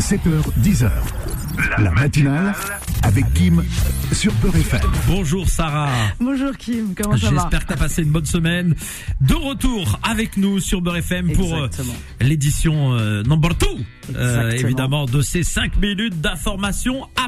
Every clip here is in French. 7h, 10h. La matinale avec Kim sur Peur FM. Bonjour Sarah. Bonjour Kim, comment ça va J'espère que tu as passé une bonne semaine. De retour avec nous sur Beurre FM pour euh, Exactement. l'édition euh, number 2, Exactement. évidemment, de ces 5 minutes d'information approximative.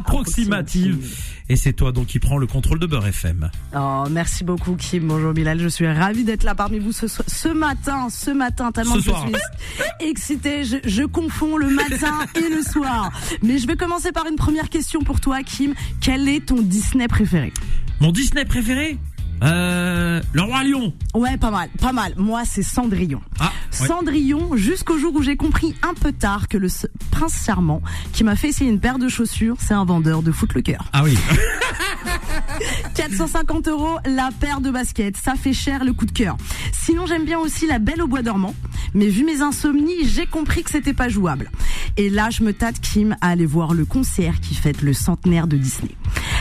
Approximative. Et c'est toi donc qui prends le contrôle de Beurre FM. Oh, merci beaucoup Kim. Bonjour Bilal, je suis ravie d'être là parmi vous ce, so- ce matin, ce matin tellement Ce que soir. je suis excitée, je, je confonds le matin et le soir. Mais je vais commencer par une première question pour toi Kim. Quel est ton Disney préféré Mon Disney préféré euh, Le Roi Lion. Ouais, pas mal, pas mal. Moi, c'est Cendrillon. Ah, ouais. Cendrillon, jusqu'au jour où j'ai compris un peu tard que le s- prince charmant qui m'a fait essayer une paire de chaussures, c'est un vendeur de footlocker. Ah oui. 450 euros la paire de baskets, ça fait cher le coup de cœur. Sinon j'aime bien aussi la Belle au bois dormant, mais vu mes insomnies, j'ai compris que c'était pas jouable. Et là je me tâte Kim à aller voir le concert qui fête le centenaire de Disney.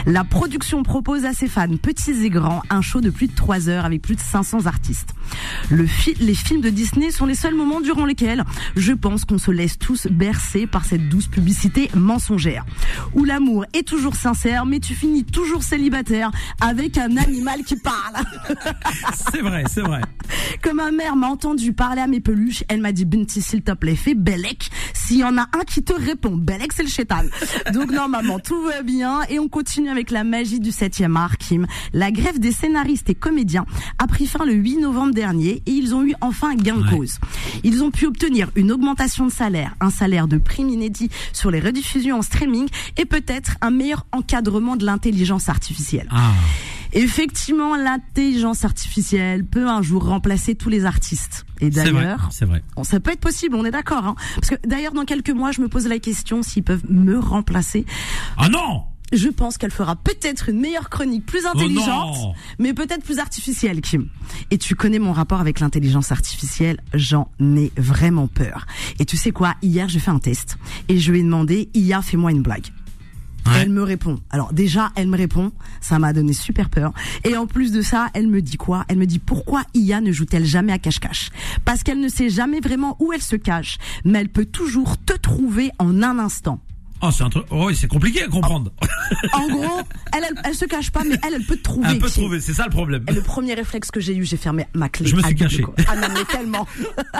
La production propose à ses fans, petits et grands, un show de plus de 3 heures avec plus de 500 artistes. Le fi- les films de Disney sont les seuls moments durant lesquels je pense qu'on se laisse tous bercer par cette douce publicité mensongère. Où l'amour est toujours sincère, mais tu finis toujours célibataire avec un animal qui parle. c'est vrai, c'est vrai. Comme ma mère m'a entendu parler à mes peluches, elle m'a dit Binti, s'il te plaît, fais Belek. S'il y en a un qui te répond, Belek, c'est le chétan. Donc non, maman, tout va bien. Et on continue avec la magie du 7e art, Kim. La grève des scénaristes et comédiens a pris fin le 8 novembre dernier et ils ont eu enfin gain de Ouais. cause. Ils ont pu obtenir une augmentation de salaire, un salaire de prime inédit sur les rediffusions en streaming et peut-être un meilleur encadrement de l'intelligence artificielle. Ah. Effectivement, l'intelligence artificielle peut un jour remplacer tous les artistes. Et C'est vrai. d'ailleurs, C'est vrai. bon, ça peut être possible, on est d'accord. Hein Parce que d'ailleurs, dans quelques mois, je me pose la question s'ils peuvent me remplacer. Ah non Je pense qu'elle fera peut-être une meilleure chronique, plus intelligente, Oh non mais peut-être plus artificielle, Kim. Et tu connais mon rapport avec l'intelligence artificielle, j'en ai vraiment peur. Et tu sais quoi, hier, j'ai fait un test et je lui ai demandé, IA, fais-moi une blague. Ouais. Elle me répond. Alors déjà, elle me répond. Ça m'a donné super peur. Et en plus de ça, elle me dit quoi Elle me dit pourquoi IA ne joue-t-elle jamais à cache-cache Parce qu'elle ne sait jamais vraiment où elle se cache, mais elle peut toujours te trouver en un instant. Ah, c'est un truc. Oh, oui, c'est compliqué à comprendre. Ah En gros, elle, elle, elle se cache pas, mais elle, elle peut te trouver. Un peu Kim. trouvé, c'est ça le problème. Et le premier réflexe que j'ai eu, j'ai fermé ma clé. Je me suis à double caché. corde. Ah non, mais tellement.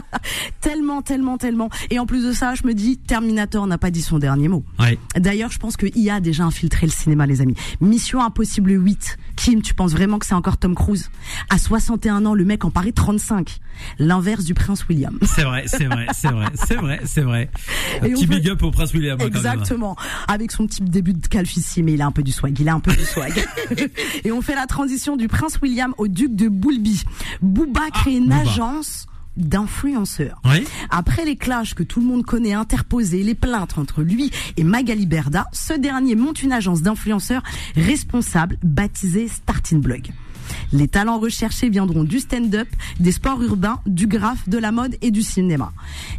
tellement, tellement, tellement. Et en plus de ça, je me dis, Terminator n'a pas dit son dernier mot. Ouais. D'ailleurs, je pense que IA a déjà infiltré le cinéma, les amis. Mission Impossible 8. Kim, tu penses vraiment que c'est encore Tom Cruise À 61 ans, le mec en paraît 35. L'inverse du prince William. C'est vrai, c'est vrai, c'est vrai, c'est vrai, c'est vrai. Un Et petit on peut- big up au prince William. hein, quand même. Exactement. Avec son petit début de calvitie, mais il a un peu du swag. Il a un peu du swag. Et on fait la transition du prince William au duc de Boulby. Booba crée une Booba. agence d'influenceurs. Ah, Oui. Après les clashs que tout le monde connaît interposés, les plaintes entre lui et Magali Berda, ce dernier monte une agence d'influenceurs responsable baptisée Starting Blog. Les talents recherchés viendront du stand-up, des sports urbains, du graphe, de la mode et du cinéma.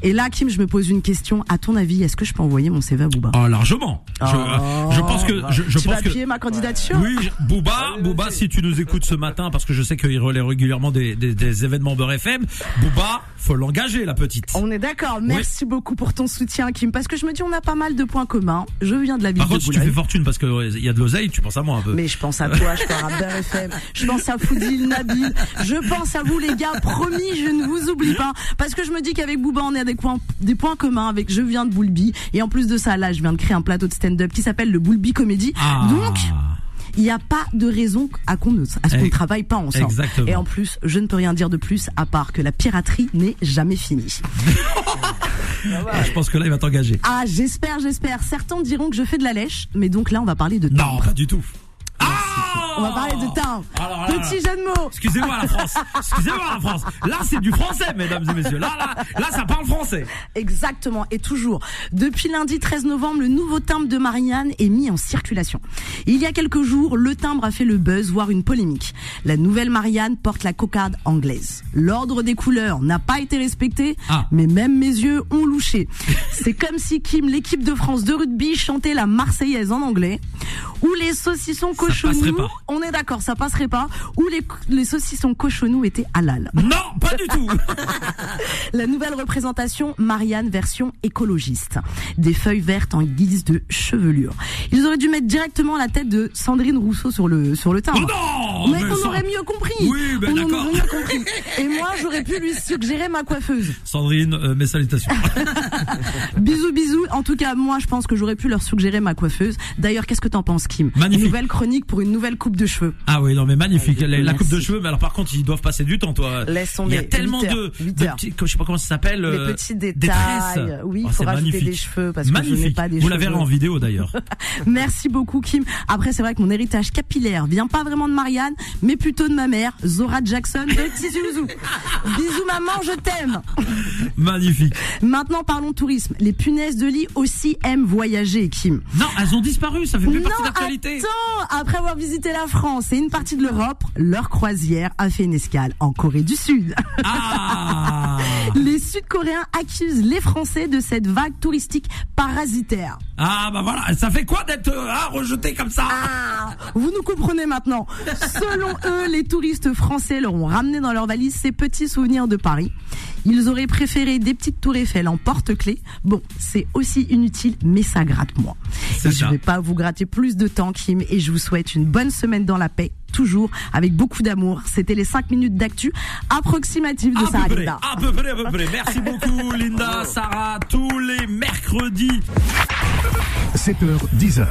Et là, Kim, je me pose une question. À ton avis, est-ce que je peux envoyer mon CV à Booba Oh, largement. Je, Oh, Euh, je pense que, je, je Tu vas pense que. appuyer ma candidature Oui, je- Booba, Booba, si tu nous écoutes ce matin, parce que je sais qu'il relaie régulièrement des, des, des événements Beurre FM, Booba, faut l'engager, la petite. On est d'accord. Merci beaucoup pour ton soutien, Kim. Parce que je me dis, on a pas mal de points communs. Je viens de la ville Par de contre, si tu fais Boulogne. fortune, parce que ouais, il y a de l'oseille, tu penses à moi un peu. Mais je pense à toi, je pense à Beurre FM, je pense à Foudil, Nabil, je pense à vous les gars, promis, je ne vous oublie pas. Parce que je me dis qu'avec Booba, on a des points, des points communs avec Je viens de Boulby. Et en plus de ça, là, je viens de créer un plateau de stand-up qui s'appelle le Boulby Comedy. Ah. Donc, il n'y a pas de raison à qu'on ne, à ce qu'on Eh, ne travaille pas ensemble. exactement. Et en plus, je ne peux rien dire de plus à part que la piraterie n'est jamais finie. Ah, je pense que là, il va t'engager. Ah, j'espère, j'espère. Certains diront que je fais de la lèche, mais donc là, on va parler de Non, timbre. pas du tout. Ah On va parler de hein. timbre. Alors là, là. Petit jeu de mots. Excusez-moi la France, excusez-moi la France. Là c'est du français, mesdames et messieurs. Là, là, là ça parle français. Exactement, et toujours. Depuis lundi 13 novembre, le nouveau timbre de Marianne est mis en circulation. Il y a quelques jours, le timbre a fait le buzz, voire une polémique. La nouvelle Marianne porte la cocarde anglaise. L'ordre des couleurs n'a pas été respecté, Ah. mais même mes yeux ont louché. C'est comme si Kim, l'équipe de France de rugby, chantait la Marseillaise en anglais, ou les saucissons passerait cochonous pas. d'accord. On est d'accord, ça passerait pas. Ou les, les saucissons cochonous étaient halal. Non, pas du tout. La nouvelle représentation, Marianne version écologiste. Des feuilles vertes en guise de chevelure. Ils auraient dû mettre directement la tête de Sandrine Rousseau sur le, sur le timbre. Oh non mais, mais on ça- aurait mieux compris. Oui, ben on aurait d'accord. mieux compris. Et moi, j'aurais pu lui suggérer ma coiffeuse. Sandrine, euh, mes salutations. Bisous, bisous. En tout cas, moi, je pense que j'aurais pu leur suggérer ma coiffeuse. D'ailleurs, qu'est-ce que t'en penses, Kim Magnifique. Une nouvelle chronique pour une nouvelle coupe de cheveux. Ah oui, non mais magnifique. La, la Merci. coupe de cheveux, mais alors par contre, ils doivent passer du temps, toi. Laissons Il y a les tellement huit de, heures, huit de heures. petits, je sais pas comment ça s'appelle. Les euh, petits des détails. tresses. Oui, Oh, faut c'est rajouter magnifique. des cheveux, parce que je n'ai magnifique. pas des Vous la verrez cheveux. en vidéo d'ailleurs. Merci beaucoup, Kim. Après, c'est vrai que mon héritage capillaire vient pas vraiment de Marianne, mais plutôt de ma mère, Zora Jackson de Tizouzou. bisous, maman, je t'aime. magnifique. Maintenant, parlons tourisme. Les punaises de lit aussi aiment voyager, Kim. Non, elles ont disparu. Ça fait plus non, partie de l'actualité. attends Après avoir visité la France et une partie de l'Europe, leur croisière a fait une escale en Corée du Sud. Ah. Les Sud-Coréens accusent les Français de cette vague touristique parasitaire. Ah bah voilà, ça fait quoi d'être euh, ah, rejeté comme ça Ah, vous nous comprenez maintenant. Selon eux, les touristes français leur ont ramené dans leur valise ces petits souvenirs de Paris. Ils auraient préféré des petites tours Eiffel en porte-clés. Bon, c'est aussi inutile, mais ça gratte moi. C'est Et Je ça. vais pas vous gratter plus de temps, Kim, et je vous souhaite une bonne semaine dans la paix, toujours avec beaucoup d'amour. C'était les 5 minutes d'actu approximatives de à peu Sarah près, Linda. à peu près, à peu près. Merci beaucoup Linda, Sarah, tous les mercredis. 7h, 10h.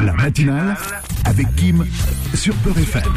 La matinale avec Kim sur Peur FM.